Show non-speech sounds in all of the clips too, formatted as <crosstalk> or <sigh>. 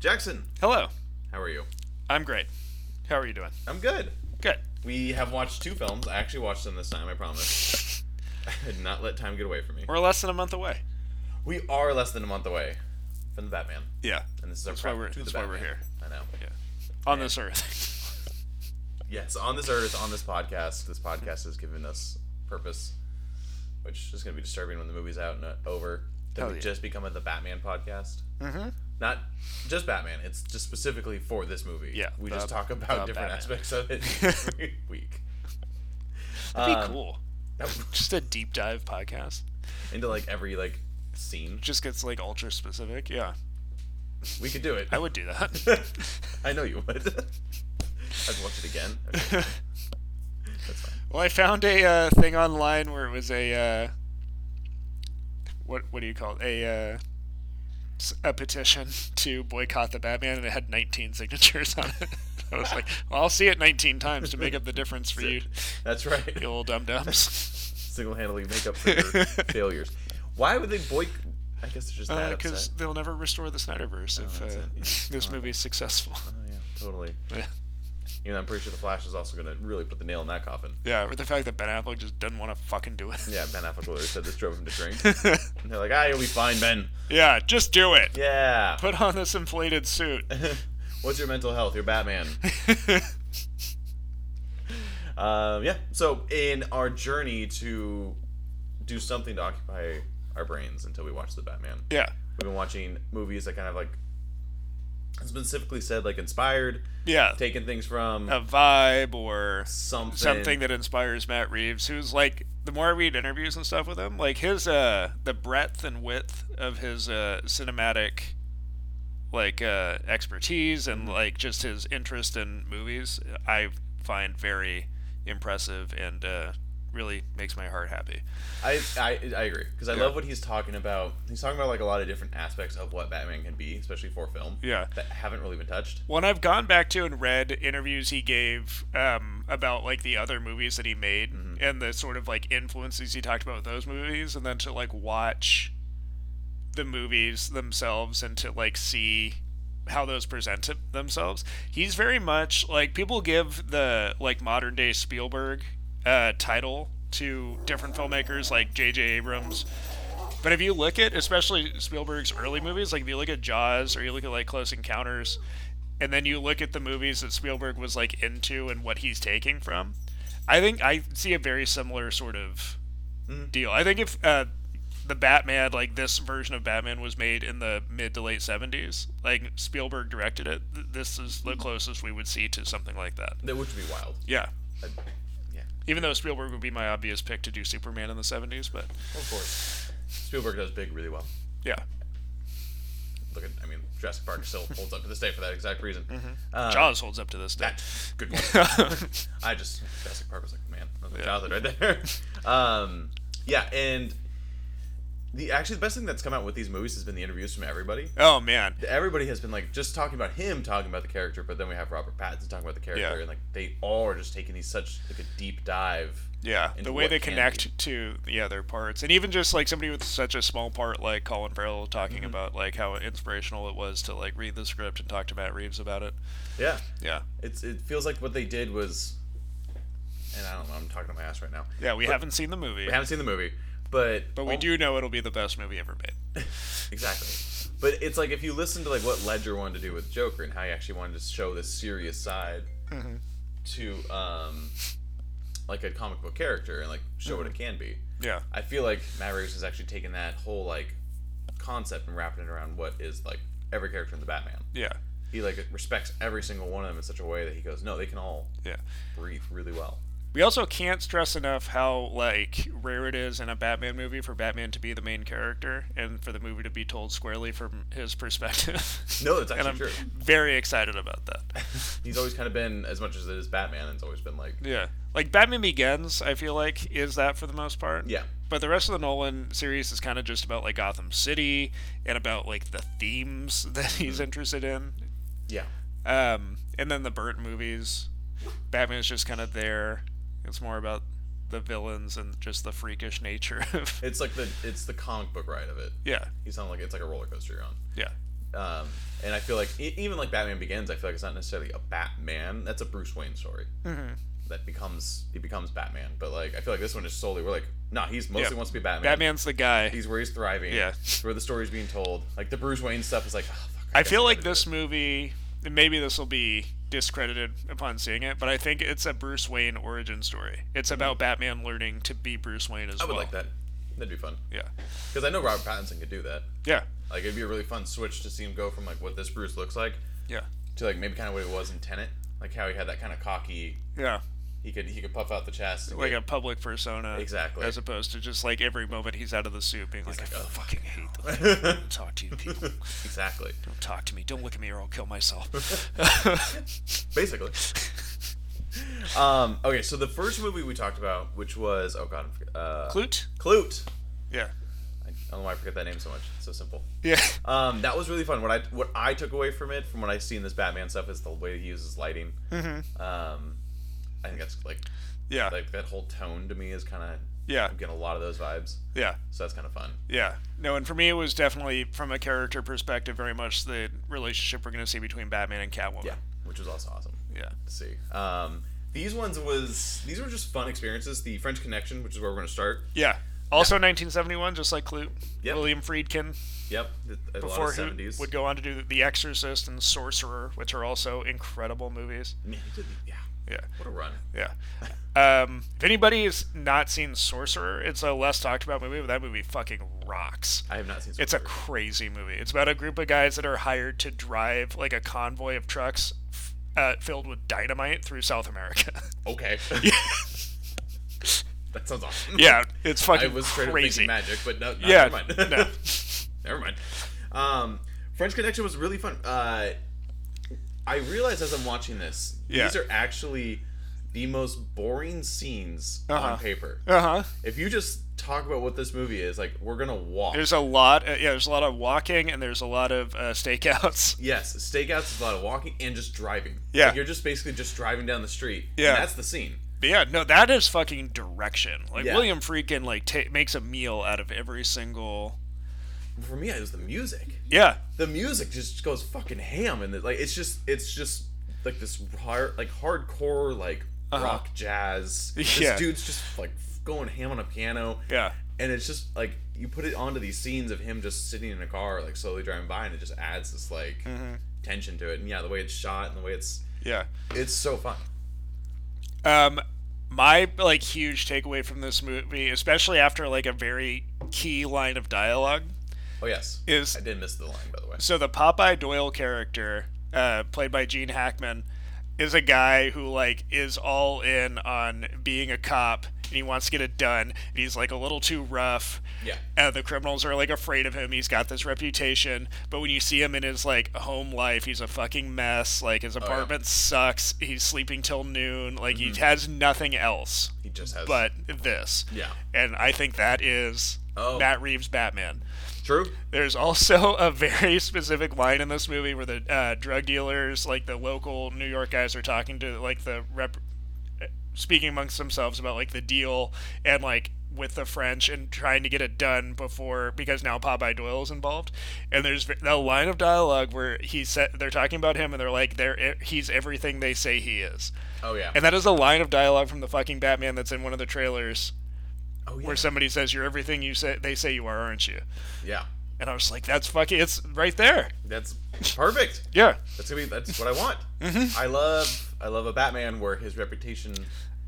Jackson, Hello. how are you? I'm great. How are you doing? I'm good. Good. We have watched two films. I actually watched them this time, I promise. <laughs> <laughs> I did not let time get away from me. We're less than a month away. We are less than a month away from the Batman. Yeah. And this is our That's why prep we're- to the that's why we're Batman. I know. On this earth. <laughs> Yes, on this earth, on this podcast, this podcast has given us purpose, which is going to be disturbing when the movie's out and uh, over. That Hell we yeah. just become a the Batman podcast. mm-hmm. Not just Batman. It's just specifically for this movie. Yeah, we the- just talk about the different Batman. aspects of <laughs> it every week. That'd be Um, cool. <laughs> that- Just a deep dive podcast. <laughs> into like every like scene. Just gets like ultra specific. Yeah. We could do it. I would do that. <laughs> I know you would. <laughs> I'd watch it again. Okay, that's fine. well, I found a uh, thing online where it was a uh, what what do you call it? A uh, s- a petition <laughs> to boycott the Batman, and it had 19 <laughs> signatures on it. I was like, well, I'll see it 19 times to make up the difference for you, That's right. you little dum dums. <laughs> Single-handedly make up for your failures. Why would they boy? I guess they're just that Because upset. Uh, they'll never restore the Snyderverse if uh, that's <laughs> it. this movie <laughs> is successful. Oh yeah, totally. Yeah. You know, I'm pretty sure the Flash is also gonna really put the nail in that coffin. yeah, with the fact that Ben Affleck just doesn't want to fucking do it. Yeah, Ben Affleck literally said this drove him to drink. <laughs> And they're like, ah, you'll be fine, Ben. yeah, just do it. Yeah. Put on this inflated suit. <laughs> <laughs> What's your mental health? You're Batman. Um, yeah. So in our journey to do something to occupy our brains until we watch the Batman, yeah, we've been watching movies that kind of like specifically said like inspired, yeah. taking things from A vibe or something. something that inspires Matt Reeves, who's like the more I read interviews and stuff with him, like his uh the breadth and width of his uh cinematic like uh expertise and like just his interest in movies, I find very impressive and uh really makes my heart happy. I I, I agree because I Yeah. love what he's talking about. He's talking about like a lot of different aspects of what Batman can be, especially for film. Yeah. That haven't really been touched. When I've gone back to and read interviews he gave um, about like the other movies that he made and the sort of like influences he talked about with those movies, and then to like watch the movies themselves and to like see how those present it- themselves, he's very much like people give the like modern day Spielberg uh, title to different filmmakers like J.J. Abrams. But if you look at, especially Spielberg's early movies, like if you look at Jaws or you look at like Close Encounters, and then you look at the movies that Spielberg was like into and what he's taking from, I think I see a very similar sort of Mhm. deal. I think if uh, the Batman, like this version of Batman, was made in the mid to late seventies, like Spielberg directed it, th- this is the closest we would see to something like that. That which would be wild. Yeah. I, yeah. Even though Spielberg would be my obvious pick to do Superman in the seventies, but Of course. Spielberg does big really well. yeah, Look at I mean Jurassic Park still holds up to this day for that exact reason. Mm-hmm. Uh, Jaws holds up to this day. That good one. <laughs> I just Jurassic Park was like, man, that was my childhood right there. <laughs> um, yeah, and the actually the best thing that's come out with these movies has been the interviews from everybody. oh man, Everybody has been like just talking about him, talking about the character, but then we have Robert Pattinson talking about the character, Yeah. and like they all are just taking these such like a deep dive. Yeah, into the way what they can connect to the other parts, and even just like somebody with such a small part like Colin Farrell talking Mm-hmm. about like how inspirational it was to like read the script and talk to Matt Reeves about it. Yeah, Yeah, it's it feels like what they did was, and I don't know, I'm talking to my ass right now. yeah, we But- haven't seen the movie, We haven't seen the movie, but but we al- do know it'll be the best movie ever <laughs> made. Exactly. But it's like if you listen to like what Ledger wanted to do with Joker and how he actually wanted to show this serious side Mm-hmm. to um like a comic book character and like show what it Mm-hmm. can be. Yeah, I feel like Matt Reeves has actually taken that whole like concept and wrapping it around what is like every character in the Batman. yeah, He like respects every single one of them in such a way that he goes, no, they can all yeah. breathe really well. We also can't stress enough how like rare it is in a Batman movie for Batman to be the main character and for the movie to be told squarely from his perspective. No, that's <laughs> and actually I'm true. very excited about that. <laughs> He's always kind of been as much as it is Batman. It's always been like Yeah. Like Batman Begins, I feel like is that for the most part. yeah, But the rest of the Nolan series is kind of just about like Gotham City and about like the themes <laughs> that he's interested in. yeah, Um, and then the Burton movies, Batman's just kind of there. It's more about the villains and just the freakish nature <laughs> of it's like the it's the comic book ride of it. yeah, You sound like it's like a roller coaster you're on. yeah, Um, and I feel like e- even like Batman Begins, I feel like it's not necessarily a Batman. That's a Bruce Wayne story that becomes he becomes Batman. But like I feel like this one is solely we're like, nah, he's mostly Yeah. wants to be Batman. Batman's the guy. He's where he's thriving. Yeah. Where the story's being told. Like the Bruce Wayne stuff is like. Oh, fuck, I guess feel gotta like do this it." movie, and maybe this will be discredited upon seeing it, but I think it's a Bruce Wayne origin story. It's about Batman learning to be Bruce Wayne as Mm-hmm. I would well. like that. That'd be fun. Yeah. Because I know Robert Pattinson could do that. Yeah. Like it'd be a really fun switch to see him go from like what this Bruce looks like Yeah. to like maybe kind of what it was in Tenet, like how he had that kind of cocky. Yeah. He could he could puff out the chest. And Like get- a public persona. Exactly. As opposed to just like every moment he's out of the suit being like, like, I "Oh, fucking hate them. <laughs> Don't talk to you people. exactly. Don't talk to me. Don't look at me or I'll <laughs> kill myself. Basically. <laughs> um. Okay. So the first movie we talked about, which was oh god, I'm forget- uh, Clute? Clute. Yeah. I don't know why I forget that name so much. It's so simple. <laughs> Yeah. Um, that was really fun. What I what I took away from it, from what I see in this Batman stuff, is the way he uses lighting. Mm-hmm. Um, I think that's like Yeah. like that whole tone to me is kind of Yeah. I'm getting a lot of those vibes. Yeah. So that's kind of fun. Yeah. No, and for me, it was definitely, from a character perspective, very much the relationship we're going to see between Batman and Catwoman. which was also awesome Yeah. to see. Um, these ones was these were just fun experiences. The French Connection, which is where we're gonna start. Yeah. Also 1971, just like Clute. Yep. William Friedkin, Yep, th- a lot before of who seventies. would go on to do The Exorcist and Sorcerer, which are also incredible movies. Man, he did the- yeah, Yeah. what a run. <laughs> Yeah. Um, if anybody has not seen Sorcerer, it's a less talked about movie, but that movie fucking rocks. I have not seen. It's a Sorcerer. crazy movie. It's about a group of guys that are hired to drive like a convoy of trucks f- uh, filled with dynamite through South America. <laughs> okay. <laughs> that sounds awesome. yeah, it's I fucking was straight up thinking crazy. magic, but no, no Yeah, never mind. no. <laughs> never mind. Um, French Connection was really fun. Uh, I realized as I'm watching this, Yeah. these are actually the most boring scenes Uh-huh. on paper. Uh huh. If you just talk about what this movie is, like we're gonna walk. There's a lot. Uh, yeah, there's a lot of walking and there's a lot of uh, stakeouts. <laughs> yes, stakeouts is a lot of walking and just driving. Yeah. Like, you're just basically just driving down the street. and Yeah. that's the scene. But yeah, no, that is fucking direction. Like Yeah. William Friedkin, like ta makes a meal out of every single. For me, it was the music. Yeah, the music just goes fucking ham and it- like it's just it's just like this hard like hardcore like rock jazz this Uh-huh. <laughs> Yeah. dude's just like f- going ham on a piano yeah, and it's just like you put it onto these scenes of him just sitting in a car like slowly driving by and it just adds this like Mm-hmm. tension to it and yeah the way it's shot and the way it's yeah. it's so fun Um, my like huge takeaway from this movie, especially after like a very key line of dialogue, oh yes is i did miss the line by the way so the Popeye Doyle character, uh, played by Gene Hackman, is a guy who like is all in on being a cop and he wants to get it done. And he's like a little too rough. yeah Uh, the criminals are like afraid of him. He's got this reputation, but when you see him in his like home life, he's a fucking mess. Like his Oh, yeah. Mm-hmm. apartment sucks. He's sleeping till noon. Like he has nothing else he just has but this. Yeah. And I think that is Oh. Matt Reeves' Batman. true There's also <laughs> a very specific line in this movie where the uh, drug dealers, like the local New York guys, are talking to like the rep, speaking amongst themselves about like the deal and like with the French and trying to get it done before because now Popeye Doyle is involved. And there's v- that line of dialogue where he said they're talking about him and they're like they're e, he's everything they say he is. oh yeah And that is a line of dialogue from the fucking Batman that's in one of the trailers oh yeah where somebody says you're everything you say they say you are, aren't you? yeah And I was like, that's fucking, it's right there. that's perfect Yeah. That's gonna be. That's what I <laughs> want. Mm-hmm. I love. I love a Batman where his reputation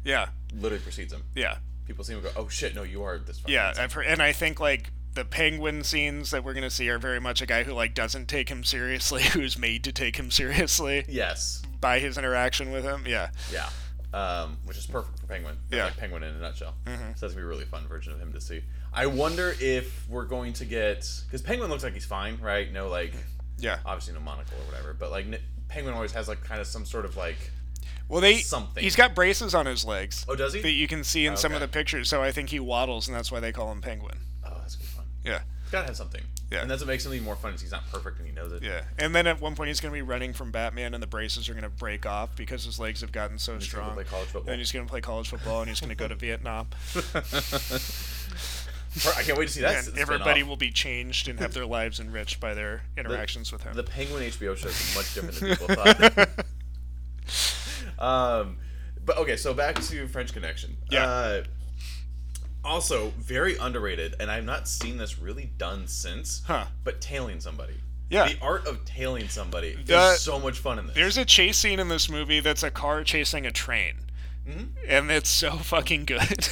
Yeah. literally precedes him. Yeah. People see him and go, "Oh shit, no, you are this." fucking Yeah. asshole." I've heard, and I think like the penguin scenes that we're going to see are very much a guy who like doesn't take him seriously, <laughs> who's made to take him seriously Yes. by his interaction with him. Yeah. Yeah. Um, which is perfect for Penguin. That's Yeah. Mm-hmm. Like Penguin in a nutshell. So that's gonna be a really fun version of him to see. I wonder if we're going to get because Penguin looks like he's fine, right? No, like Yeah. obviously no monocle or whatever, but like n- Penguin always has like kind of some sort of like. Well, they, Something. he's got braces on his legs Oh, does he? that you can see in some of Okay. the pictures. So I think he waddles and that's why they call him penguin. oh, that's good fun. Yeah. He's gotta have something. Yeah. And that's what makes him even more fun is he's not perfect and he knows it. Yeah. And then at one point he's going to be running from Batman and the braces are going to break off because his legs have gotten so gonna strong. play college football. <laughs> Then he's going to play college football and he's going to go to Vietnam. Per- I can't wait to see that. s- and spin-off. everybody will be changed and have their lives enriched by their interactions with <laughs> him. The Penguin HBO show is much different than people <laughs> thought. um, but okay, so back to French Connection. Yeah. Uh, also, very underrated, and I've not seen this really done since. Huh. But tailing somebody. Yeah. The art of tailing somebody The- is so much fun in this. There's a chase scene in this movie that's a car chasing a train. Mm-hmm. And it's so fucking good.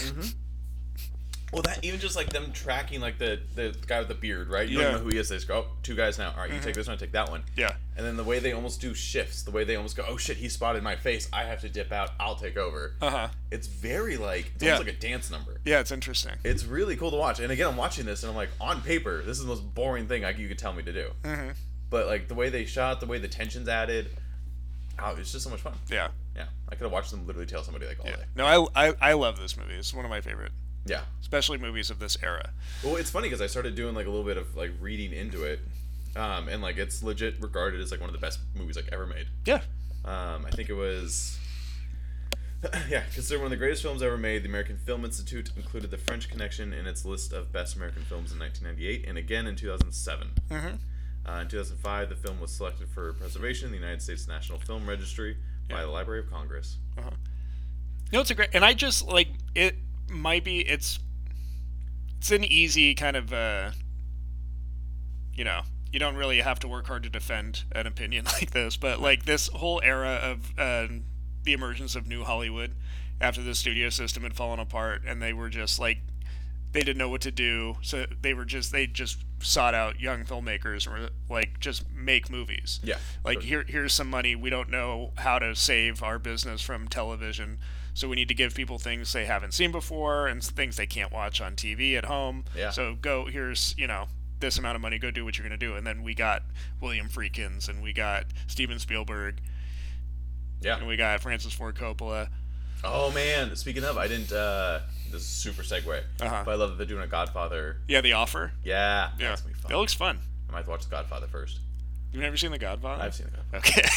Well, that even just like them tracking like the the guy with the beard, right? You Yeah. Mm-hmm. don't know who he is. They just go, oh, two guys now. All right, you take this one, I take that one. <laughs> Yeah. And then the way they almost do shifts, the way they almost go, oh shit, he spotted my face. I have to dip out. I'll take over. Uh huh. It's very like it's Yeah. almost like a dance number. Yeah, it's interesting. It's really cool to watch. And again, I'm watching this and I'm like, on paper, this is the most boring thing I, you could tell me to do. Mm-hmm. But like the way they shot, the way the tension's added, oh, it's just so much fun. Yeah. Yeah, I could have watched them literally tell somebody like all Yeah. day. No, I, I, I love this movie. It's one of my favorite, Yeah. especially movies of this era. Well, it's funny because I started doing like a little bit of like reading into it, um, and like it's legit regarded as like one of the best movies like ever made. Yeah. Um, I think it was, <laughs> yeah, considered one of the greatest films ever made. The American Film Institute included The French Connection in its list of best American films in 1998, and again in 2007. Mhm. Uh, in 2005, the film was selected for preservation in the United States National Film Registry by Yeah. the Library of Congress. No, it's a great, and I just like it. Might be it's it's an easy kind of uh, you know you don't really have to work hard to defend an opinion <laughs> like this, but like this whole era of um the emergence of new Hollywood after the studio system had fallen apart and they were just like they didn't know what to do, so they were just they just sought out young filmmakers and were like just make movies Yeah, like Sure. here here's some money we don't know how to save our business from television so we need to give people things they haven't seen before and s- things they can't watch on tv at home Yeah. so go here's you know this amount of money go do what you're going to do and then we got william freakins and we got steven spielberg yeah. and we got francis ford coppola Oh man, speaking of, I didn't. Uh, this is a super segue, Uh-huh. but I love that they're doing a Godfather. yeah the offer Yeah, yeah that's gonna be fun. that looks fun I might have to watch The Godfather first. you've never seen the godfather I've seen The Godfather. okay <laughs> I've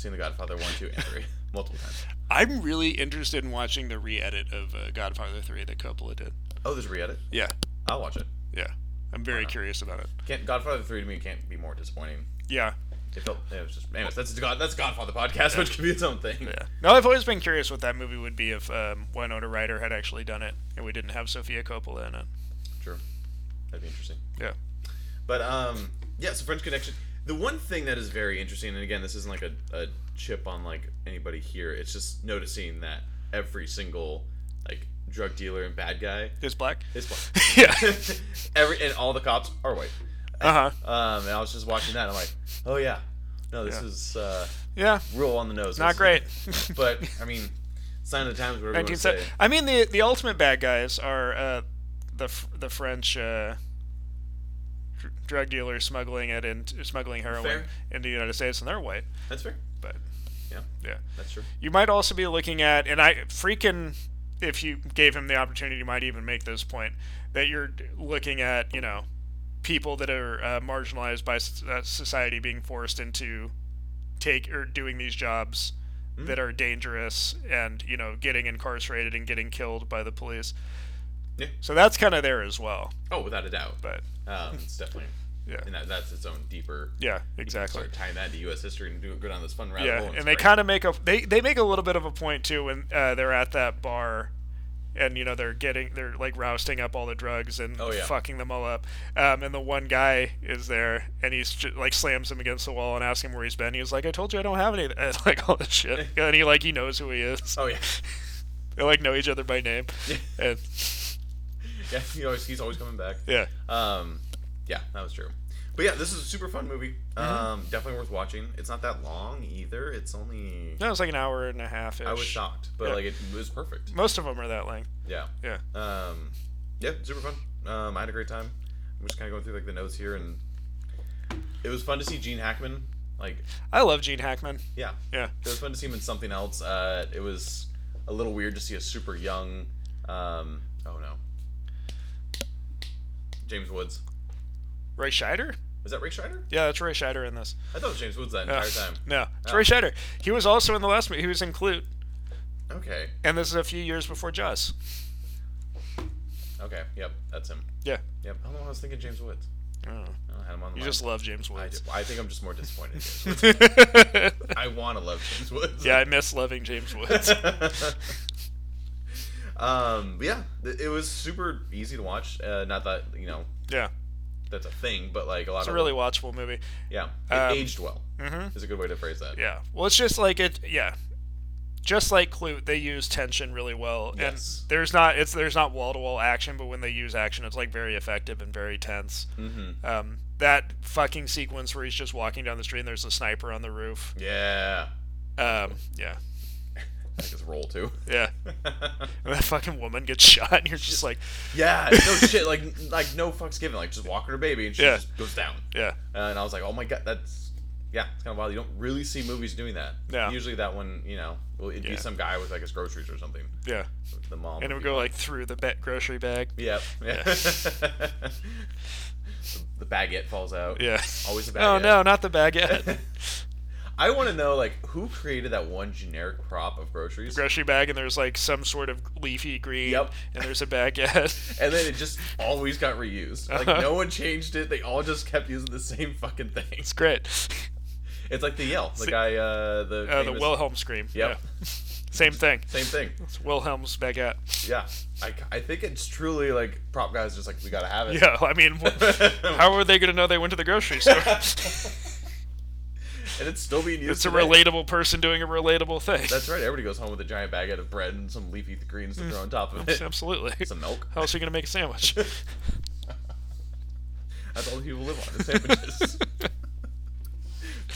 seen The Godfather 1, 2, and 3 <laughs> multiple times. i'm really interested in watching the re-edit of uh, godfather 3 that coppola did Oh, there's a re edit? yeah I'll watch it. yeah i'm very curious about it Can't, Godfather 3 to me can't be more disappointing. yeah It felt, it was just, anyways, that's, God, that's Godfather podcast, which can be its own thing. Yeah. No, I've always been curious what that movie would be if um, Winona Ryder had actually done it and we didn't have Sofia Coppola in it. Sure. That'd be interesting. Yeah. But, um, yeah, so French Connection. The one thing that is very interesting, and again, this isn't like a, a chip on like anybody here, it's just noticing that every single like drug dealer and bad guy It's black? is <laughs> yeah. black. <laughs> every, and all the cops are white. Uh huh. Um, and I was just watching that. And I'm like, oh yeah, no, this Yeah. is uh, Yeah. real on the nose. Not This- <laughs> great. but I mean, sign of the times. Whatever you want to 1970. say. I mean, the the ultimate bad guys are uh, the f- the French uh, dr- drug dealers smuggling it and smuggling heroin Fair. into the United States, and they're white. That's fair. But Yeah, yeah. that's true. You might also be looking at, and I freaking, if you gave him the opportunity, you might even make this point that you're d- looking at, you know, people that are uh, marginalized by s- uh, society being forced into take or doing these jobs that are dangerous and you know getting incarcerated and getting killed by the police. Yeah. So that's kind of there as well, Oh, without a doubt. but Um, it's definitely, yeah, and that, that's its own deeper. yeah, exactly. Start tying that to U.S. history and do good on this fun rabbit Yeah, hole. and they kind of make a they they make a little bit of a point too when uh, they're at that bar, and you know they're getting they're like rousting up all the drugs and Oh, yeah. fucking them all up. Um, and the one guy is there, and he's ju- like slams him against the wall and asks him where he's been. He's like, "I told you I don't have any," <laughs> and, like all this <laughs> shit. And he like he knows who he is. Oh yeah, <laughs> They like know each other by name, and yeah. He always, he's always coming back. yeah, Um, yeah, that was true. But yeah, this is a super fun movie. Mm-hmm. Um, definitely worth watching. It's not that long either. It's only no, it's like an hour and a half. I was shocked, but Yeah. like it was perfect. Most of them are that length. Yeah. Yeah, Um, yeah, super fun. Um, I had a great time. I'm just kind of going through like the notes here, and it was fun to see Gene Hackman. Like, I love Gene Hackman. yeah, Yeah, it was fun to see him in something else. Uh, it was a little weird to see a super young. Um, oh no, James Woods. Ray Scheider. Was that Ray Schreider? Yeah, that's Ray Scheider in this. I thought it was James Woods that entire time. No, it's Oh. Ray Scheider. He was also in the last movie. He was in Clute, Okay. and this is a few years before Jaws. Okay. Yep. That's him. Yeah. Yep. I don't know why I was thinking James Woods. I Oh. don't know, had him on the You mind. just love James I, Woods. do- I think I'm just more disappointed. in <laughs> James Woods. I want to love James Woods. yeah, I miss loving <laughs> James Woods. um. but yeah. th- It was super easy to watch. Uh, not that you know Yeah, that's a thing, but like a lot it's a of really watchable movie. yeah. It um, aged well. mhm. Is a good way to phrase that. Yeah. Well, it's just like it. Yeah. Just like Clute, they use tension really well, Yes. and there's not it's there's not wall to wall action, but when they use action, it's like very effective and very tense. Mm-hmm. Um, that fucking sequence where he's just walking down the street and there's a sniper on the roof. Yeah. Um, yeah, I like his role too. <laughs> yeah. And that fucking woman gets <laughs> shot, and you're just like, <laughs> yeah. No shit. Like like no fucks given. Like just walking her baby and she Yeah. just goes down. yeah, and I was like, oh my god, that's yeah, it's kind of wild. You don't really see movies doing that. Yeah. Usually that one, you know, well, it'd Yeah. be some guy with like his groceries or something. yeah. The mom. And it would go like through the ba- grocery bag. Yep. Yeah. <laughs> the, the baguette falls out. Yeah. Always a baguette. Oh no, not <laughs> the baguette. I want to know like who created that one generic crop of groceries, grocery bag, and there's like some sort of leafy green. Yep. And there's a baguette. and then it just always got reused. Like Uh-huh. no one changed it. They all just kept using the same fucking thing. <laughs> it's <laughs> great. It's like the yell, the guy, uh, the Uh, the famous- Wilhelm scream. Yep. Yeah. Same thing. Same thing. It's Wilhelm's baguette. <laughs> Yeah, I, I think it's truly like prop guys just like we gotta have it. Yeah. I mean, <laughs> wh- and how are they gonna know they went to the <laughs> grocery store? it's still being used. <laughs> it's a today. relatable person doing a relatable thing. That's right. Everybody goes home with a giant baguette of bread and some leafy greens Mm. to throw on top <laughs> of it. <laughs> absolutely. Some <laughs> milk. How else are you gonna make a sandwich? That's all the people live on. Is <laughs> <laughs> sandwiches.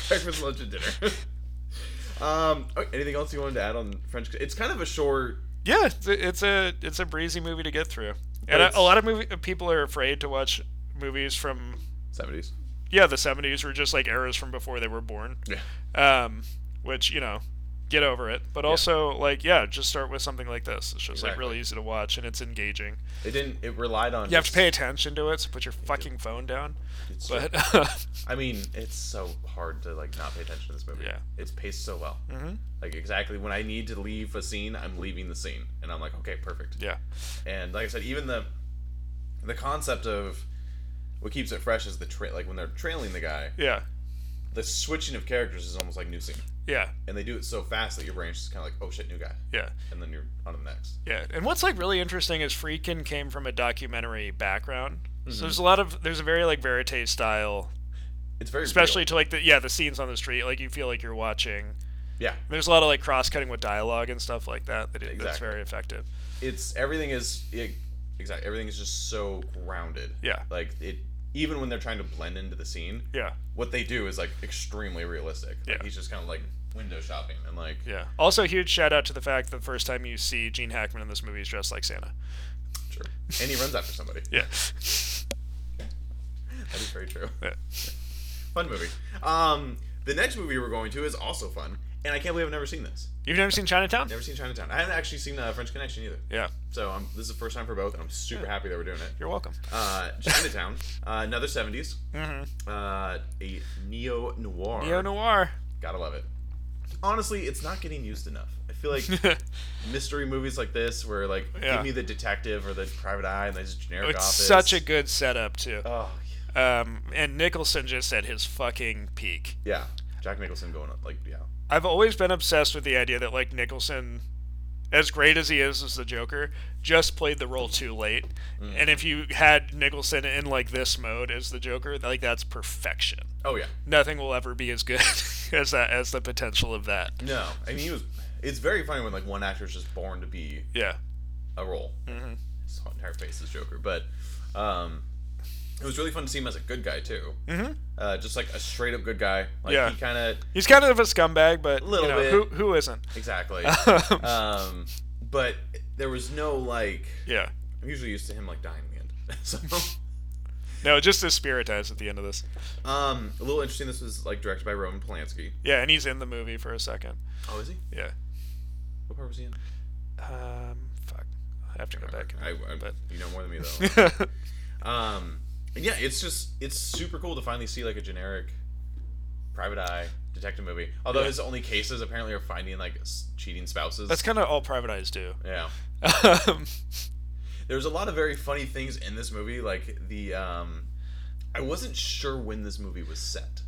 Breakfast, lunch, and dinner. <laughs> um, okay, anything else you wanted to add on French? It's kind of a short. Yeah, it's a, it's a it's a breezy movie to get through, and it's- a, a lot of movie people are afraid to watch movies from Seventies. yeah the seventies were just like eras from before they were born, Yeah. um, which you know get over it. But also like yeah, just start with something like this. It's just like Exactly. really easy to watch and it's engaging. It didn't. It relied on. You have to just- pay attention to it, so put your fucking phone down. It's But I mean, it's so hard to like not pay attention to this movie. Yeah. it's paced so well. Mm-hmm. Like exactly when I need to leave a scene, I'm leaving the scene, and I'm like, okay, perfect. <laughs> yeah, And like I said, even the the concept of what keeps it fresh is the tra- like when they're trailing the guy, yeah, the switching of characters is almost like new scene, yeah, and they do it so fast that your brain's just kind of like, oh shit, new guy, yeah. and then you're on to the next. Yeah, and what's like really interesting is Freakin came from a documentary background, Mm-hmm. so there's a lot of there's a very like verite style, It's very especially real. to like the yeah the scenes on the street, like you feel like you're watching. yeah. There's a lot of like cross cutting with dialogue and stuff like that. That it, that's Exactly. very effective. It's everything is it, exactly everything is just so grounded. Yeah, Like it, even when they're trying to blend into the scene, yeah, what they do is like extremely realistic. Like, Yeah. He's just kind of like window shopping and like yeah. Also, huge shout out to the fact that the first time you see Gene Hackman in this movie, he's dressed like Santa. sure. <laughs> And he runs after somebody. <laughs> Yeah, That is very true. yeah. Fun movie. Um, the next movie we're going to is also fun, and I can't believe I've never seen this. You've never seen Chinatown? Never seen Chinatown. I haven't actually seen uh, French Connection either. Yeah, So um, this is the first time for both, and I'm super happy that we're doing it. you're welcome. Uh, Chinatown, uh, another 70s, hmm uh, a neo noir. Neo <laughs> noir. Gotta love it. Honestly, it's not getting used enough. I feel <laughs> like mystery movies like this where like Yeah. give me the detective or the private eye and there's a generic it's office. such a good setup too. oh Um, and Nicholson just at his fucking peak. yeah, Jack Nicholson going up like yeah. I've always been obsessed with the idea that like Nicholson, as great as he is as the Joker, just played the role too late. And if Mm-hmm. you had Nicholson in like this mode as the Joker, like that's perfection. Oh yeah, Nothing will ever be as good <laughs> as that as the potential of that. no, I mean he was. It's very funny when like one actor is just born to be Yeah. a role. Mm-hmm. His whole entire face is Joker, but um, it was really fun to see him as a good guy too. Mm-hmm. Uh, just like a straight up good guy. Like Yeah. he kind of He's kind of a scumbag, but you Little know, bit. who <laughs> who isn't? exactly. um, but there was no like. yeah. I'm usually used to him like dying in the end. <laughs> so. No, just the spirit eyes at the end of this. Um, a little interesting. This was like directed by Roman Polanski. Yeah, and he's in the movie for a second. Oh, is he? Yeah. What part was he in? Um, fuck. I have to go back. I, I, but- you know more than me <laughs> though. <laughs> And... um, and yeah, it's just it's super cool to finally see like a generic private eye detective movie. Although Yeah. his only cases apparently are finding like s- cheating spouses. That's kind of all private eyes do. yeah. <laughs> Um, There's a lot of very funny things in this movie, like the um, I wasn't sure when this movie was set.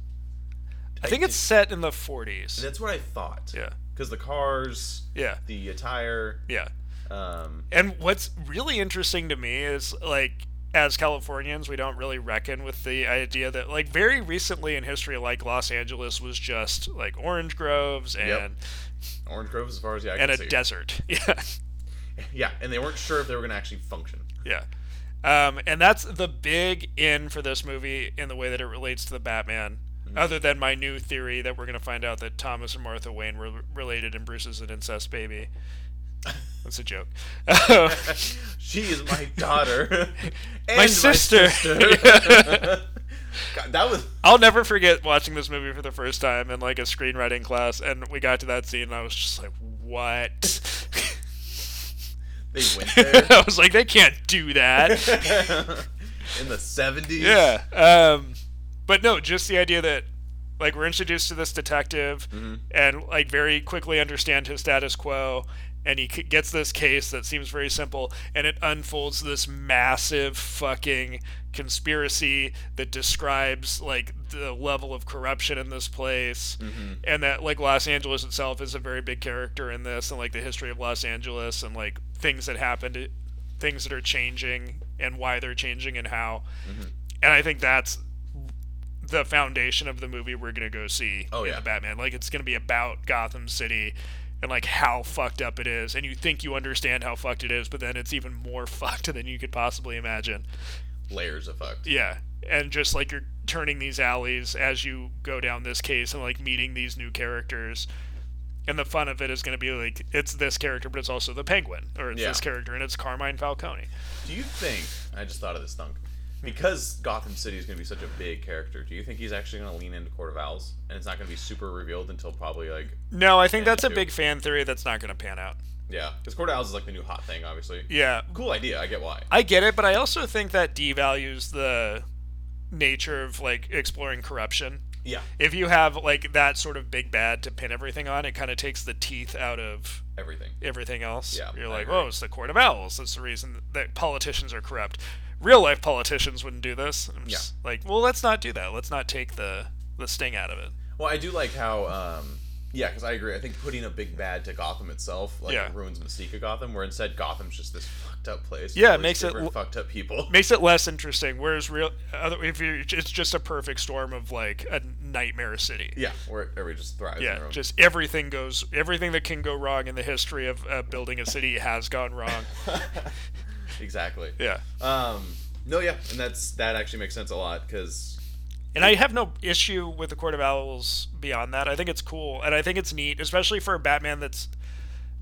I think it's set in the 40s. That's what I thought. Yeah. Because the cars, Yeah. the attire, Yeah. um, And what's really interesting to me is like as Californians, we don't really reckon with the idea that like very recently in history like Los Angeles was just like orange groves and Yep. Orange Grove, as far as the eye can and a see. desert. <laughs> Yeah. <laughs> yeah, and they weren't sure if they were going to actually function. Yeah. Um, and that's the big in for this movie in the way that it relates to the Batman. Other than my new theory that we're going to find out that Thomas and Martha Wayne were related and Bruce is an incest <laughs> baby. That's a joke. <laughs> Um, she is my <laughs> daughter. and sister. <laughs> sister. God, that was I'll never forget watching this movie for the first time in like a screenwriting class, and we got to that scene, and I was just like, "What?" <laughs> they went I was like, "They can't do that." <laughs> there in the seventies. yeah. Um, but no, just the idea that like we're introduced to this detective, and like very quickly understand his status quo, and he c- gets this case that seems very simple, and it unfolds this massive fucking conspiracy that describes like the level of corruption in this place and that like Los Angeles itself is a very big character in this and like the history of Los Angeles and like things that happened things that are changing and why they're changing and how and I think that's the foundation of the movie we're gonna go see Oh, in yeah. the Batman like it's gonna be about Gotham City and like how fucked up it is and you think you understand how fucked it is but then it's even more <laughs> fucked than you could possibly imagine Layers of fucked. yeah, and just like you're turning these alleys as you go down this case and like meeting these new characters. And the fun of it is going to be like it's this character, but it's also the Penguin, or it's Yeah. this character, and it's Carmine Falcone. Do you think? I just thought of this thunk. Because Gotham City is going to be such a big character, do you think he's actually going to lean into Court of Owls, and it's not going to be super revealed until probably like No, I think Yeah, that's a too. big fan theory that's not going to pan out. yeah, because Court of Owls is like the new hot thing, obviously. Yeah, Cool idea. I get why. I get it, but I also think that devalues the nature of like exploring corruption. Yeah, If you have like that sort of big bad to pin everything on, it kind of takes the teeth out of everything. everything else. Yeah, You're I like, agree. oh, it's the court of owls. That's the reason that politicians are corrupt. Real life politicians wouldn't do this. I'm Yeah. just like, well, let's not do that. Let's not take the the sting out of it. Well, I do like how, um, yeah, because I agree. I think putting a big bad to Gotham itself like Yeah. ruins Mystique of Gotham, where instead Gotham's just this fucked up place. Yeah, it all these makes it different l- fucked up <laughs> people. <laughs> Makes it less interesting. Whereas real, other, if you, it's just a perfect storm of like a nightmare city. Yeah, where everybody just thrives. in their Yeah, own. just everything goes, everything that can go wrong in the history of uh, building a city has gone wrong. exactly. Yeah. Um, no, yeah, and that's that actually makes sense a lot because And I have no issue with the Court of Owls beyond that. I think it's cool and I think it's neat, especially for a Batman that's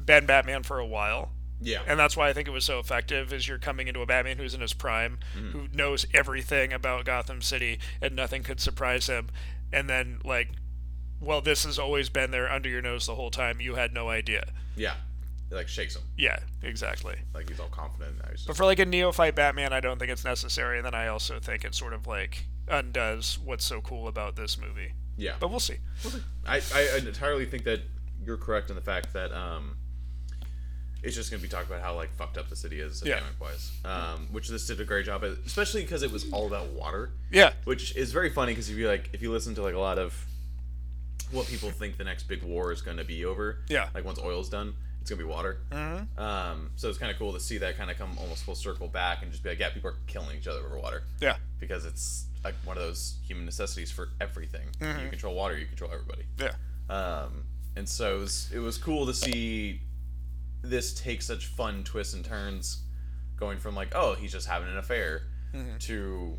been Batman for a while. yeah, And that's why I think it was so effective is you're coming into a Batman who's in his prime, who knows everything about Gotham City and nothing could surprise him. And then like well, this has always been there under your nose the whole time. You had no idea. yeah, it, like shakes him, Yeah, exactly. like he's all confident. Now. He's But just, for like a neophyte Batman, I don't think it's necessary. And then I also think it sort of like undoes what's so cool about this movie. yeah, But we'll see. I, I entirely think that you're correct in the fact that um, it's just going to be talked about how like fucked up the city is Yeah. economic wise, um, which this did a great job, at, especially because it was all about water, Yeah. which is very funny because if you like if you listen to like a lot of what people think the next big war is going to be over, Yeah. like once oil's done. It's gonna be water, mm-hmm. um, so it's kind of cool to see that kind of come almost full circle back and just be like, yeah, people are killing each other over water Yeah. because it's like one of those human necessities for everything. Mm-hmm. You control water, you control everybody. Yeah. Um, and so it was, it was cool to see this take such fun twists and turns, going from like, oh, he's just having an affair, Mm-hmm. to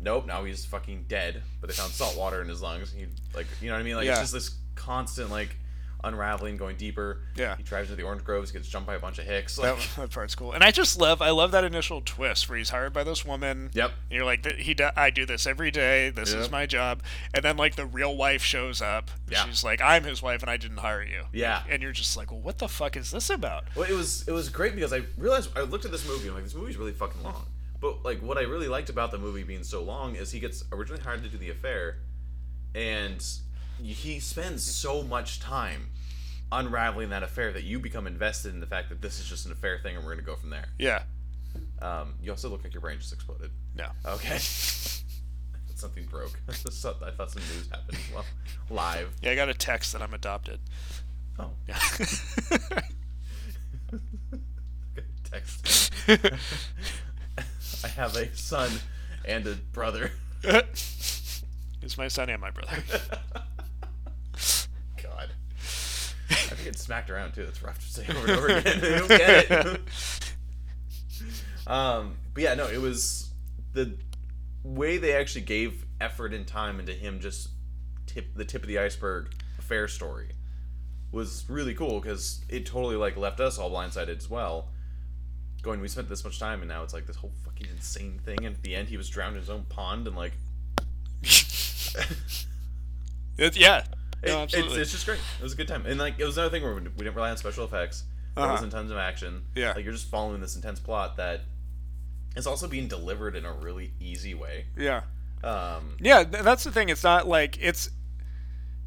nope, now he's fucking dead. But they found salt water in his lungs. And he like, you know what I mean? Like Yeah. it's just this constant like unraveling, going deeper. Yeah. he drives into the orange groves, gets jumped by a bunch of hicks. Like, That, <laughs> that part's cool. And I just love, I love that initial twist where he's hired by this woman. Yep. And you're like, he, do, I do this every day. This Yeah. is my job. And then like the real wife shows up. and Yeah. She's like, I'm his wife and I didn't hire you. Yeah. And you're just like, well, what the fuck is this about? Well, it was it was great because I realized I looked at this movie. and I'm like, this movie's really fucking long. But like, what I really liked about the movie being so long is he gets originally hired to do the affair, and he spends so much time unraveling that affair that you become invested in the fact that this is just an affair thing and we're gonna go from there. Yeah. Um, you also look like your brain just exploded. No. Okay. <laughs> Something broke. <laughs> I thought some news happened. Well, live. Yeah, I got a text that <laughs> I'm adopted. <laughs> Oh, Yeah. good text. <laughs> I have a son and a brother. <laughs> it's my son and my <laughs> brother. God. I am getting smacked around too. That's rough to say over and over again. They don't get it. um, but yeah, no, it was the way they actually gave effort and time into him just tip the tip of the iceberg fair story was really cool because it totally like left us all blindsided as well. Going, we spent this much time and now it's like this whole fucking insane thing. And at the end, he was drowned in his own pond and like It- yeah. It- No, it's, absolutely. it's just great. It was a good time, and like it was another thing where we didn't rely on special effects. There Uh-huh. wasn't tons of action. Yeah. like you're just following this intense plot that is also being delivered in a really easy way. yeah. Um, Yeah, th- that's the thing. It's not like it's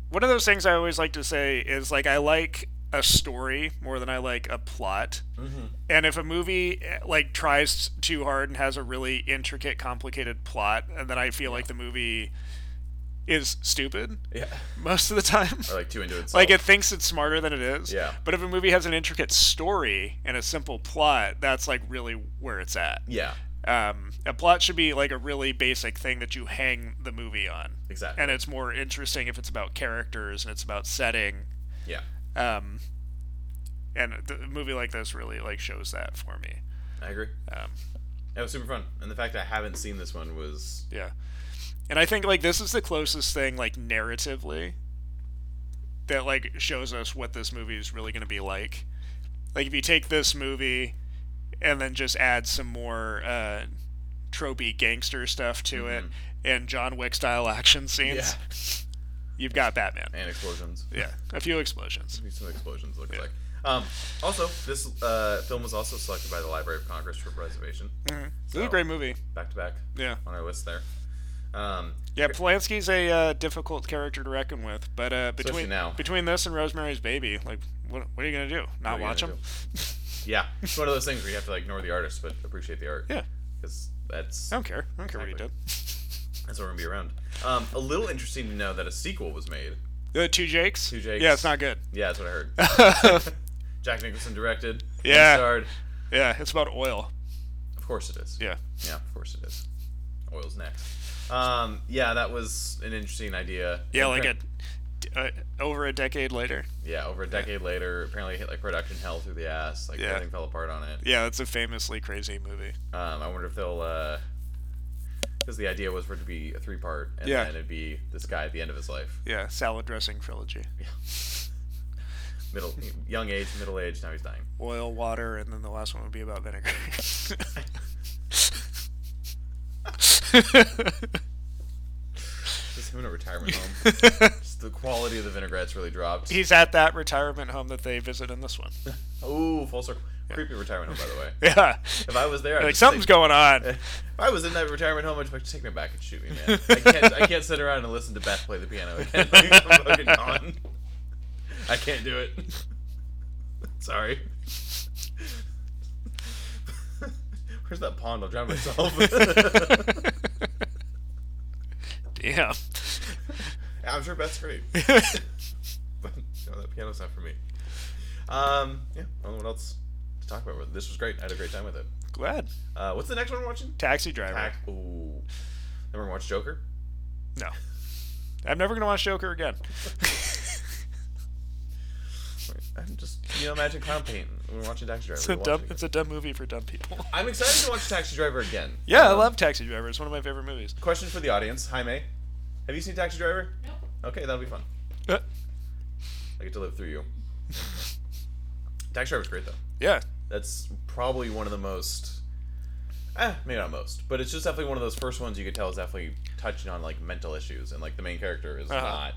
one of those things I always like to say is like I like a story more than I like a plot. And if a movie eh, like tries too hard and has a really intricate, complicated plot, and then I feel like the movie is stupid yeah, most of the time. or like too into itself. Like it thinks it's smarter than it is. Yeah. But if a movie has an intricate story and a simple plot, that's like really where it's at. yeah, Um, a plot should be like a really basic thing that you hang the movie on exactly. and it's more interesting if it's about characters and it's about setting. yeah, Um, and th- a movie like this really like shows that for me. I agree. Um, It was super fun, and the fact that I haven't seen this one was yeah, and I think like this is the closest thing like narratively that like shows us what this movie is really going to be like. Like if you take this movie and then just add some more uh, tropey gangster stuff to it and John Wick style <laughs> action scenes, you've got Batman. and explosions. Yeah, a few explosions. Maybe Some explosions looks like. Um, also, this uh, film was also selected by the Library of Congress for preservation. Mm-hmm. This is a great movie. Back to back Yeah. on our list there. Um, Yeah, Polanski's a uh, difficult character to reckon with, but uh, between now. between this and Rosemary's Baby, like, what, what are you gonna do? What Not are you watch gonna them? Yeah, it's one of those things where you have to like ignore the artist but appreciate the art. <laughs> Yeah, because that's I don't care. I don't care what Exactly. that's what we're gonna be around. Um, a little interesting to know that a sequel was made. he did. Uh, two Jakes. Two Jakes. Yeah, it's <laughs> not good. Yeah, that's what I heard. <laughs> Jack Nicholson directed. Lynn Yeah. starred. yeah, it's about oil. Of course it is. Yeah. Yeah, of course it is. Oil's next. Um, yeah, that was an interesting idea. Yeah, like a, Appar- d- uh, over a decade later. Yeah, over a decade later, apparently it hit like production hell through the ass. Like Yeah. everything fell apart on it. Yeah, it's a famously crazy movie. Um, I wonder if they'll. uh 'cause because the idea was for it to be a three part, and Yeah. then it'd be this guy at the end of his life. Yeah, salad dressing trilogy. middle young age, middle age. Now he's <laughs> dying. Oil, water, and then the last one would be <laughs> about vinegar. <laughs> Just him in a retirement <laughs> home. Just the quality of the vinaigrette's really dropped. He's at that retirement home that they visit in this one. Ooh, full circle. Creepy retirement home, by the <laughs> way. Yeah. If I was there, I'd Like just something's take- going on. <laughs> If I was in that retirement home, I'd just like, take me back and shoot me, man. I can't. I can't sit around and listen to Beth play the piano again. <laughs> Like, I'm fucking gone. I can't do it. <laughs> Sorry. <laughs> Where's that pond? I'll drown myself. <laughs> <laughs> Damn. I'm sure Beth's <laughs> great. but no, that piano's not for me. Um, yeah, I don't know what else to talk about. with- This was great. I had a great time with it. Glad. Uh, what's the next one we're watching? Taxi driver. Tack. Ooh. Then we're gonna watch Joker. No. I'm never gonna watch <laughs> Joker again. I'm just, you know, imagine clown paint. when We're watching Taxi Driver. It's a We're dumb watching it's it. a dumb movie for <laughs> dumb people. I'm excited to watch Taxi Driver again. Yeah, I Um, love Taxi Driver. It's one of my favorite movies. Question for the audience. Hi, May. Have you seen Taxi Driver? Okay, that'll be fun. I get to live through <laughs> you. Taxi Driver's great though. Yeah. That's probably one of the most. Eh, maybe not most, but it's just definitely one of those first ones you could tell is definitely touching on like mental issues, and like the main character is Uh-huh. not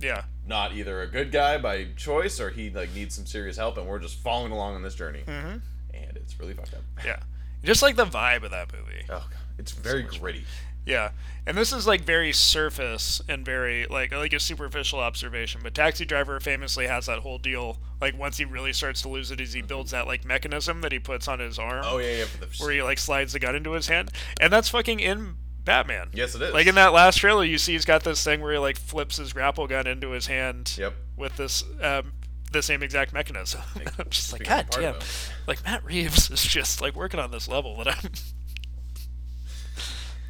Yeah. not either a good guy by choice or he like needs some serious help, and we're just following along on this journey, Mhm. and it's really fucked up. Yeah. Just like the vibe of that movie. Oh god, it's very gritty. Yeah, and this is like very surface and very like like a superficial observation. But Taxi Driver famously has that whole deal. Like once he really starts to lose it, is he builds that like mechanism that he puts on his arm, Mm-hmm. Oh yeah, yeah. For the where he like slides the gun into his hand, and that's fucking in Batman. yes, it is. Like in that last trailer, you see he's got this thing where he like flips his grapple gun into his hand Yep. with this um, the same exact mechanism. <laughs> I'm just like, becomes God part damn! of him." Like Matt Reeves <laughs> is just like working on this level that I'm <laughs>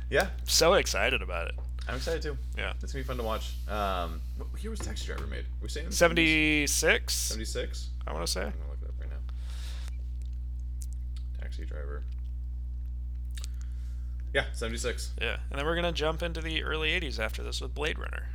Yeah, so excited about it. I'm excited too. Yeah. It's gonna be fun to watch. Um, what year was Taxi Driver made? We're saying 76 76. i want to say I'm gonna look it up right now. Taxi Driver. Yeah, 76. yeah and then we're gonna jump into the early 80s after this with blade runner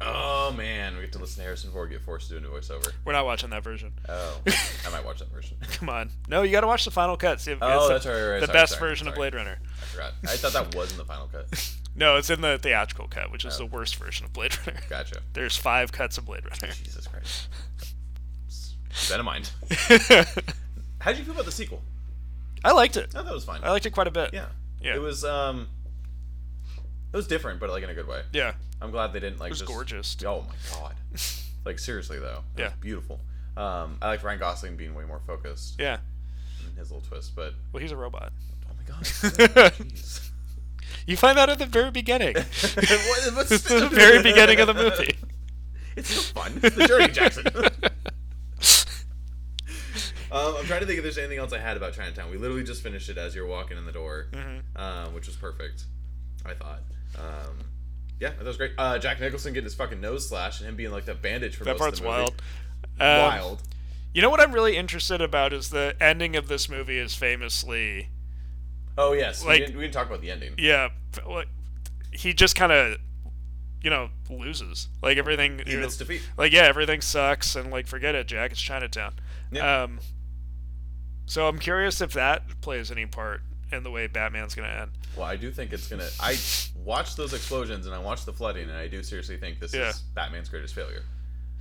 Oh man, we get to listen to Harrison Ford get forced to do a voiceover. we're not watching that version <laughs> Oh, <laughs> I might watch that version. come on no you gotta watch the final cut see if Oh, it's that's the, right, right, right. the Sorry, best sorry, version of sorry. blade runner I forgot. I thought that was in the final cut. no it's in the theatrical cut which is Oh. the worst version of blade <laughs> runner Gotcha. there's five cuts of blade <laughs> runner <laughs> Jesus Christ. Keep that in mind. How did you feel about the sequel? i liked it I thought it was fine. i liked it quite a bit yeah. Oh. Yeah. It was um. It was different, but like in a good way. yeah I'm glad they didn't like. It was just, gorgeous. Oh my god. <laughs> like seriously though. It was Yeah. beautiful. Um, I like Ryan Gosling being way more focused yeah in his little twist, but well he's a robot oh my <laughs> god. Jeez. you find that at the very <laughs> beginning What- what's- <laughs> the very beginning <laughs> of the movie It's so fun. It's the journey, <laughs> Jackson. Um, I'm trying to think if there's anything else I had about Chinatown. We literally just finished it as you're walking in the door, Mm-hmm. um, which was perfect, I thought. Um, yeah, that was great. Uh, Jack Nicholson getting his fucking nose slashed and him being like that bandage for that most part's of the movie. wild Um, Wild. You know what I'm really interested about is the ending of this movie is famously Oh yes, like- we, didn't, we didn't talk about the ending. yeah, f- like, he just kind of you know loses like everything He admits defeat. like yeah everything sucks and like forget it Jack it's Chinatown. Yeah. Um, so I'm curious if that plays any part in the way Batman's gonna end. Well, I do think it's gonna. I watched those explosions and I watched the flooding, and I do seriously think this Yeah. is Batman's greatest failure,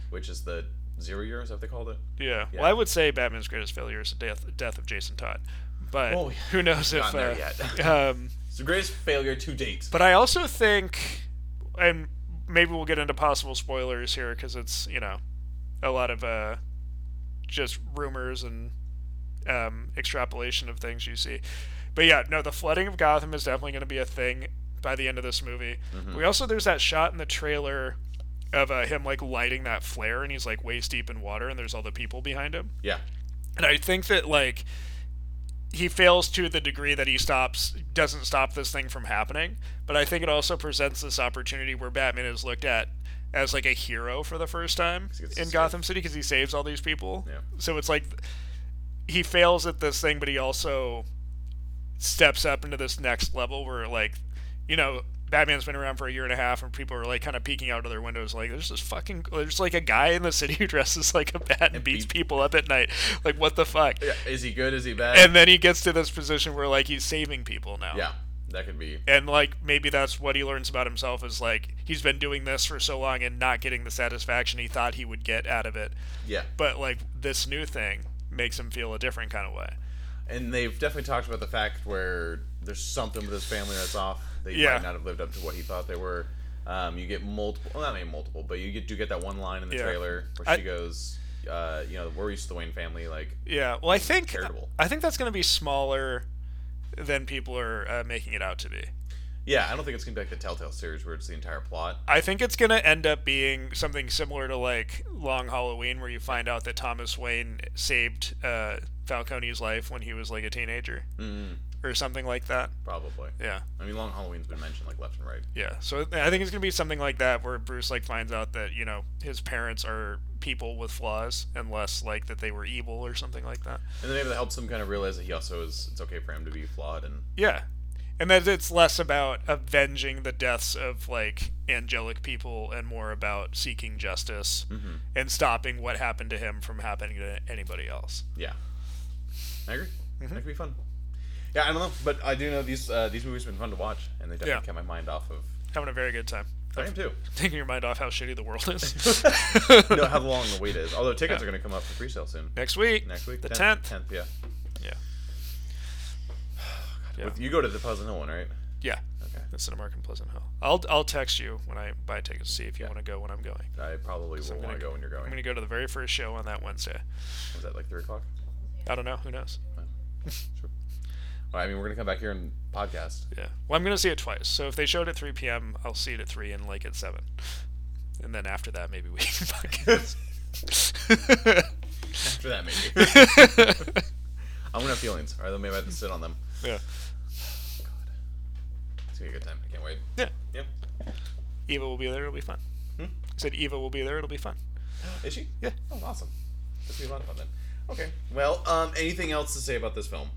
which is the zero year. Is that what they called it? Yeah. Yeah. Well, I would say Batman's greatest failure is the death death of Jason Todd, but Oh, yeah. who knows if Gotten there uh, yet. <laughs> um. It's the greatest failure to date. But I also think, and maybe we'll get into possible spoilers here because it's you know a lot of uh, just rumors and um, extrapolation of things you see. But yeah, no, the flooding of Gotham is definitely going to be a thing by the end of this movie. We also there's that shot in the trailer of uh, him like lighting that flare and he's like waist deep in water and there's all the people behind him. yeah, And I think that like he fails to the degree that he stops doesn't stop this thing from happening. But I think it also presents this opportunity where Batman is looked at as like a hero for the first time he gets to in save- Gotham City because he saves all these people. Yeah. So it's like he fails at this thing, but he also steps up into this next level where like you know batman's been around for a year and a half and people are like kind of peeking out of their windows like there's this fucking there's like a guy in the city who dresses like a bat and beats beat- people up at night like what the fuck yeah. Is he good? Is he bad? and then he gets to this position where like he's saving people now yeah, that could be. and like maybe that's what he learns about himself is like he's been doing this for so long and not getting the satisfaction he thought he would get out of it Yeah, but like this new thing makes him feel a different kind of way and they've definitely talked about the fact where there's something with his family that's off. They Yeah. might not have lived up to what he thought they were. Um, you get multiple, well, not maybe multiple, but you get do get that one line in the Yeah. trailer where I- she goes, uh, you know, we're used to the Wayne family, like Yeah, well, I think charitable. I think that's going to be smaller than people are uh, making it out to be. Yeah, I don't think it's gonna be like the Telltale series where it's the entire plot. I think it's going to end up being something similar to like Long Halloween, where you find out that Thomas Wayne saved uh, Falcone's life when he was like a teenager, Mm, or something like that. probably. Yeah, I mean, Long Halloween's been mentioned like left and right. yeah. So I think it's going to be something like that, where Bruce like finds out that you know his parents are people with flaws, unless like that they were evil or something like that. And then maybe that helps him kind of realize that he also is. It's okay for him to be flawed and Yeah. And that it's less about avenging the deaths of like angelic people and more about seeking justice Mm-hmm. and stopping what happened to him from happening to anybody else. yeah. I agree. Mm-hmm. That could be fun. Yeah, I don't know, but I do know these uh, these movies have been fun to watch, and they definitely Yeah. kept my mind off of. Having a very good time. <laughs> I am too. Taking your mind off how shitty the world is. <laughs> you know how long the wait is. Although tickets Yeah. are going to come up for pre-sale soon. <laughs> Next week. Next week, The 10th, 10th. <sighs> 10th, yeah. Yeah. Yeah. With- You go to the Pleasant Hill one, right? Yeah, Okay. that's an American Pleasant Hill. I'll I'll text you when I buy tickets to see if you Yeah. want to go when I'm going. I probably will I'm want gonna- to go when you're I'm going. gonna go to the very first show on that Wednesday. Was that like three o'clock? I don't know. Who knows? Sure. Well, I mean, we're gonna come back here and podcast. Yeah. Well, I'm gonna see it twice. So if they showed it at 3 p.m., I'll see it at three and like at seven, and then after that maybe we can <laughs> podcast. After that, maybe. <laughs> I'm gonna have feelings. All right, then maybe I have to sit on them. yeah. It's gonna be a good time. I can't wait. Yeah. Yeah. Hmm? Eva will be there. It'll be fun. I said Eva will be there. It'll be fun. Is she? Yeah. Oh, awesome. Let's be a lot of fun then. Okay. Well, um, anything else to say about this film?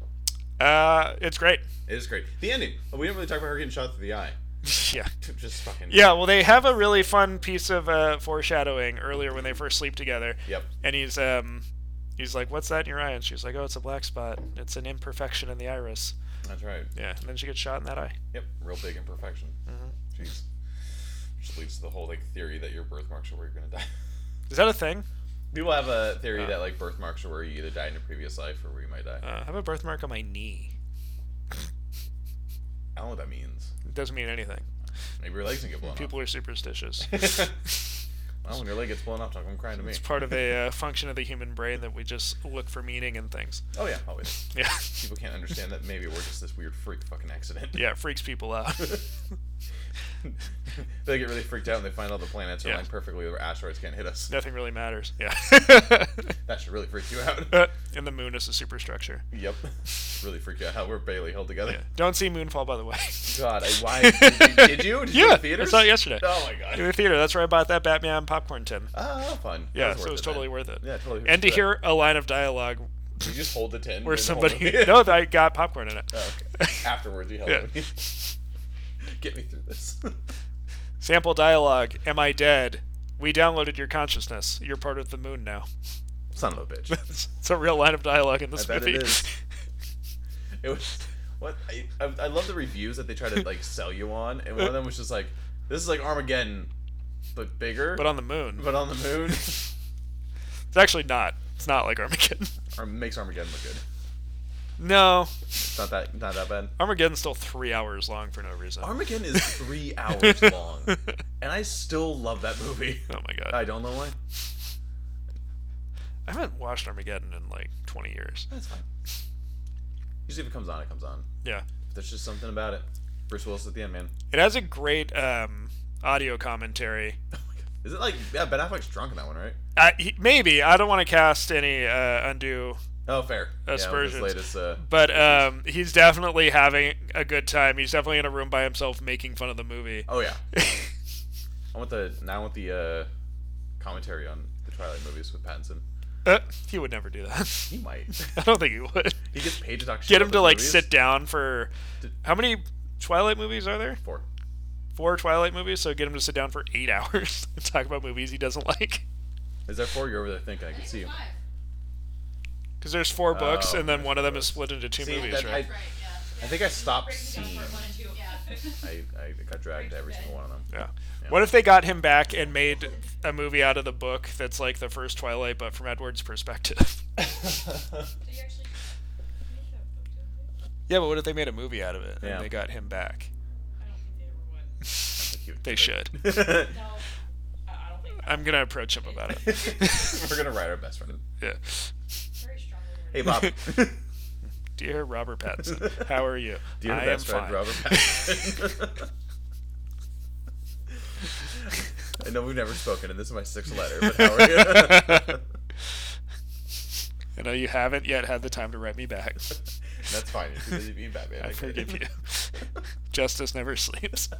Uh, it's great. <laughs> It is great. The ending. Oh, we didn't really talk about her getting shot through the eye. <laughs> yeah. Just fucking. Yeah, well, they have a really fun piece of uh, foreshadowing earlier when they first sleep together. Yep. And he's um, he's like, "What's that in your eye?" And she's like, "Oh, it's a black spot. It's an imperfection in the iris." That's right. Yeah. And then she gets shot in that eye. Yep. Real big imperfection. Mm-hmm. Jeez. Which leads to the whole like theory that your birthmarks are where you're gonna die. <laughs> Is that a thing? People have a theory Uh. that like birthmarks are where you either died in a previous life or where you might die. Uh, I have a birthmark on my knee. I don't know what that means. It doesn't mean anything. Oh, Maybe your legs can get blown <laughs> People are superstitious. off. well, when your leg gets blown off, don't come crying to me. it's part <laughs> of a uh, function of the human brain that we just look for meaning in things. <laughs> Oh yeah, always. Yeah. People can't understand that maybe we're just this weird freak fucking accident. Yeah, it freaks people out. <laughs> they get really freaked out and they find all the planets are Yeah. aligned perfectly where asteroids can't hit us. Nothing really matters. Yeah. <laughs> Uh, That should really freak you <laughs> out. and the moon is a superstructure. yep. Really freak you out how we're barely held together. Yeah. Don't see Moonfall, by the way. God, I, why <laughs> did you? Did you, did you go yeah, to theaters? I saw it yesterday. Oh my In god. the theater. That's where I bought that Batman popcorn tin. Ah, fun. That Yeah, so worth it was totally man. worth it. Yeah, totally. And to worth it. hear a line of dialogue you just hold the tin where and hold somebody <laughs> <laughs> it. no, I got popcorn in it. Oh, <laughs> okay. Afterwards, you held Yeah. it. <laughs> Get me through this. <laughs> Sample dialogue. Am I dead? We downloaded your consciousness. You're part of the moon now. <laughs> Son of a bitch. it's it's a real line of dialogue in this I bet movie. it is. <laughs> It was what I, I, I love the reviews that they try to <laughs> like sell you on, and one of them was just like, "This is like Armageddon, but bigger, but on the moon. but on the <laughs> moon." It's actually not. It's not like Armageddon. <laughs> or makes Armageddon look good. No. It's not that not that <laughs> bad. Armageddon's still three hours long for no reason. <laughs> Armageddon is three hours long, and I still love that <laughs> movie. oh my god. I don't know why. I haven't watched Armageddon in like 20 years. That's fine. Usually, if it comes on, it comes on. Yeah. But there's just something about it. Bruce Willis at the end, man. It has a great um, audio commentary. Is it like yeah? Ben Affleck's drunk in that one, right? Uh, he, maybe. I don't want to cast any uh, undue, Oh, fair. Aspersions. Yeah, with his latest. Uh, but um, he's definitely having a good time. He's definitely in a room by himself making fun of the movie. Oh yeah. I want the now I want the uh, commentary on the Twilight movies with Pattinson. <laughs> Uh, he would never do that. He might. <laughs> I don't think he would. He gets paid to talk shit. <laughs> Get about him the to like movies. sit down for how many Twilight movies are there? for. Four Twilight movies. So get him to sit down for eight <laughs> hours and talk about movies he doesn't like. Is there four? You're over there thinking I can see you. Five. Because there's four books, Oh, and then there's one of them is split into two See, movies, that- right? Right, yeah. I think I stopped Breaking down seeing. part one and two. <laughs> Yeah. I, I got dragged to every single one of them. Yeah. What if they got him back and made a movie out of the book that's like the first Twilight, but from Edward's <laughs> perspective? <laughs> So you actually- they should have booked him. yeah, but what if they made a movie out of it Yeah. and they got him back? I don't think they ever would. <laughs> Cute. They should. No, I I don't think. I'm gonna approach him about it. <laughs> <laughs> We're <laughs> gonna write our best friend. Yeah. Very strong. Hey <laughs> Bob. <laughs> Dear Robert <laughs> Pattinson, how are you? Dear I best friend am fine. <laughs> Robert Pattinson. I know we've never spoken, and this is my sixth letter. But how are you? <laughs> I know you haven't yet had the time to write me <laughs> back. That's fine. You're too busy being Batman. I get it. forgive you. <laughs> Justice <laughs> never sleeps.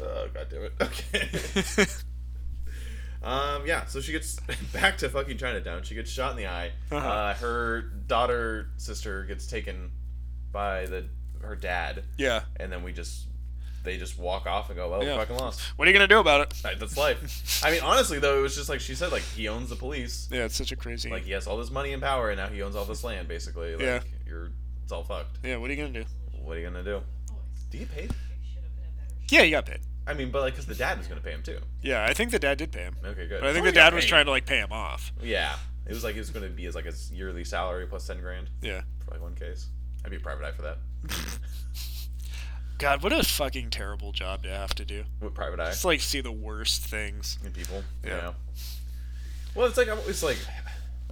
Oh god damn it. Okay. <laughs> um yeah, so she gets <laughs> back to fucking Chinatown. She gets shot in the eye. uh Uh-huh. her daughter sister gets taken by the her dad, yeah. and then we just they just walk off and go, well, Yeah. we fucking lost. What are you gonna do about it? Like, That's life. I mean, honestly though, it was just like she said, like he owns the police. Yeah, it's such a crazy. Like he has all this money and power, and now he owns all this land. Basically, like Yeah. you're it's all fucked. yeah, what are you gonna do? What are you gonna do? Oh, Do you get paid? Yeah, you got paid. I mean, but like, cause the dad was gonna pay him too. Yeah, I think the dad did pay him. Okay, good. But I think Somebody the got dad was paid. trying to like pay him off. Yeah, it was like it was going to be as like his yearly salary plus ten grand Yeah. for like one case. I I'd be a private eye for that. God, what a fucking terrible job to have to do. With private eye It's like see the worst things. in people. Yeah. Yeah. Well, it's like I'm always like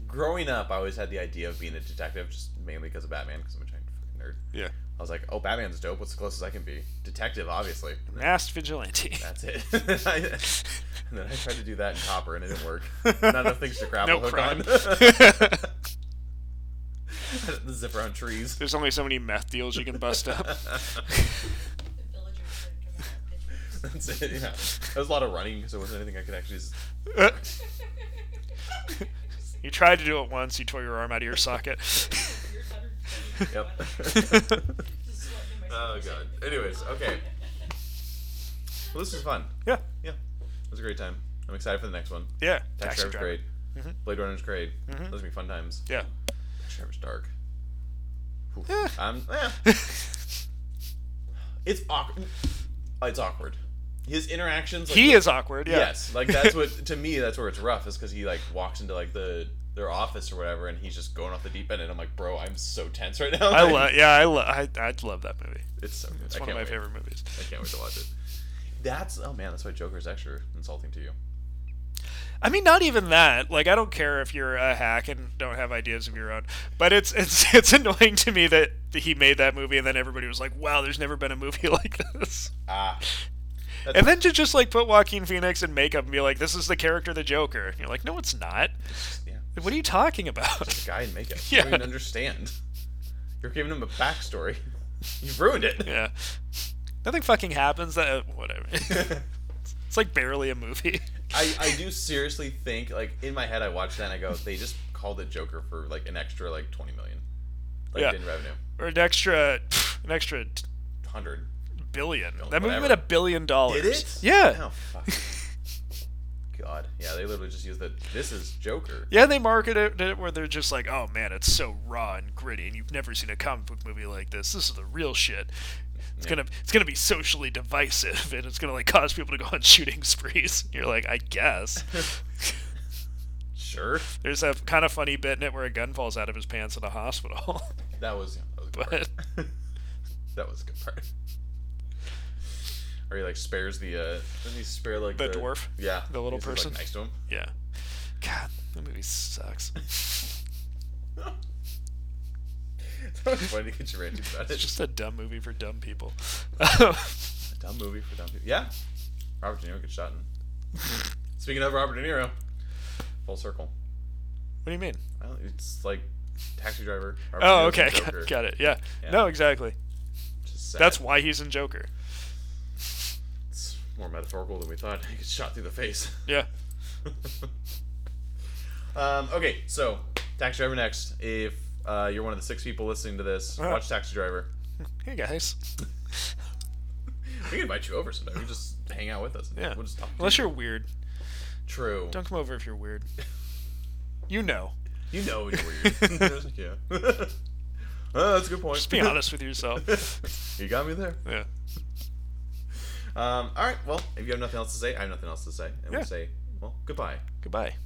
growing up. I always had the idea of being a detective, just mainly because of Batman, because I'm a giant fucking nerd. Yeah. I was like, oh, Batman's dope. What's the closest I can be? Detective, obviously. And then Masked vigilante. that's it. <laughs> and then I tried to do that in Copper, and it didn't work. Not enough things to grapple No hook crime. <laughs> on. Zip around trees. There's only so many meth deals you can bust <laughs> up. The villagers would come out and pitch me. That's it. Yeah, there was a lot of running because there wasn't anything I could actually. Just... <laughs> <laughs> you tried to do it once, you tore your arm out of your socket. You're 120 Yep. <laughs> Just sweating in my Oh, stomach. God. Anyways, <laughs> okay. well, this was fun. <laughs> yeah. Yeah, it was a great time. I'm excited for the next one. Yeah. Tax Taxi Driver's driver. Mm-hmm. great. Blade Runner's great. Those are be fun times. Yeah. Taxi Driver's dark. Ooh. Yeah. Um, yeah. <laughs> It's awkward. It's awkward. His interactions. Like, he is awkward. Yeah. Yes, like that's what to me that's where it's rough is because he like walks into like the their office or whatever and he's just going off the deep end and I'm like, bro, I'm so tense right now. I Like, love. Yeah, I love. I, I love that movie. It's so good. It's I one can't of wait. my favorite movies. I can't wait to watch it. That's oh man, that's why Joker's extra insulting to you. I mean, not even that. Like, I don't care if you're a hack and don't have ideas of your own, but it's it's <laughs> it's annoying to me that he made that movie and then everybody was like, "Wow, there's never been a movie <laughs> like this." Ah, And then to just like put Joaquin Phoenix in makeup and be like, "This is the character, the Joker," and you're like, "No, it's not. yeah. What are you talking about?" <laughs> guy in makeup. I Yeah. don't even understand. You're giving him a backstory. <laughs> You've ruined it. yeah, nothing fucking happens. That uh, whatever. <laughs> it's like barely a movie. <laughs> I, I do seriously think like in my head I watched that and I go, they just called it Joker for like an extra like twenty million. Like Yeah. in revenue. <laughs> or an extra an extra t- Hundred. billion. that movie whatever. made a billion dollars. Did it? Oh Yeah. fuck. God. Yeah, they literally just used that this is Joker. Yeah, they marketed it where they're just like, "Oh man, it's so raw and gritty, and you've never seen a comic book movie like this. This is the real shit. It's gonna, it's gonna be socially divisive, <laughs> and it's gonna like cause people to go on <laughs> shooting sprees." And you're like, <laughs> "I guess." <laughs> Sure. There's a kind of funny bit in it where a gun falls out of his pants in a hospital. <laughs> That was that was a good But- part. <laughs> that was a good part. Or he like spares the uh doesn't he spare like The dwarf? Yeah. The little he's just, person? like, next to him. yeah. God, the <laughs> movie sucks. Why did you get your ranting about It's it? just a dumb movie for dumb people. <laughs> dumb movie for dumb people. Yeah. Robert De Niro gets shot in. Speaking of Robert De Niro, full circle. What do you mean? I don't- It's like Taxi Driver. Robert Oh, De Niro's in okay. Joker, <laughs> Got, got it. Yeah. Yeah. No, exactly. which is sad. That's why he's in Joker. It's more metaphorical than we thought. <laughs> He gets shot through the face. <laughs> Yeah. um, okay, so Taxi Driver next. If uh, you're one of the six people listening to this, Uh-huh. watch Taxi Driver. Hey guys. We can invite you over sometime. You just hang out with us. Yeah. We'll just talk. to Unless you. <laughs> you're weird. true. Don't come over if <laughs> you're weird. You know. You know when you're weird. <laughs> yeah. Oh, that's a good point. Just be honest with yourself. <laughs> you got me there. Yeah. Um, all right. Well, if you have nothing else to say, I have nothing else to say, and Yeah. we say, well, goodbye. Goodbye.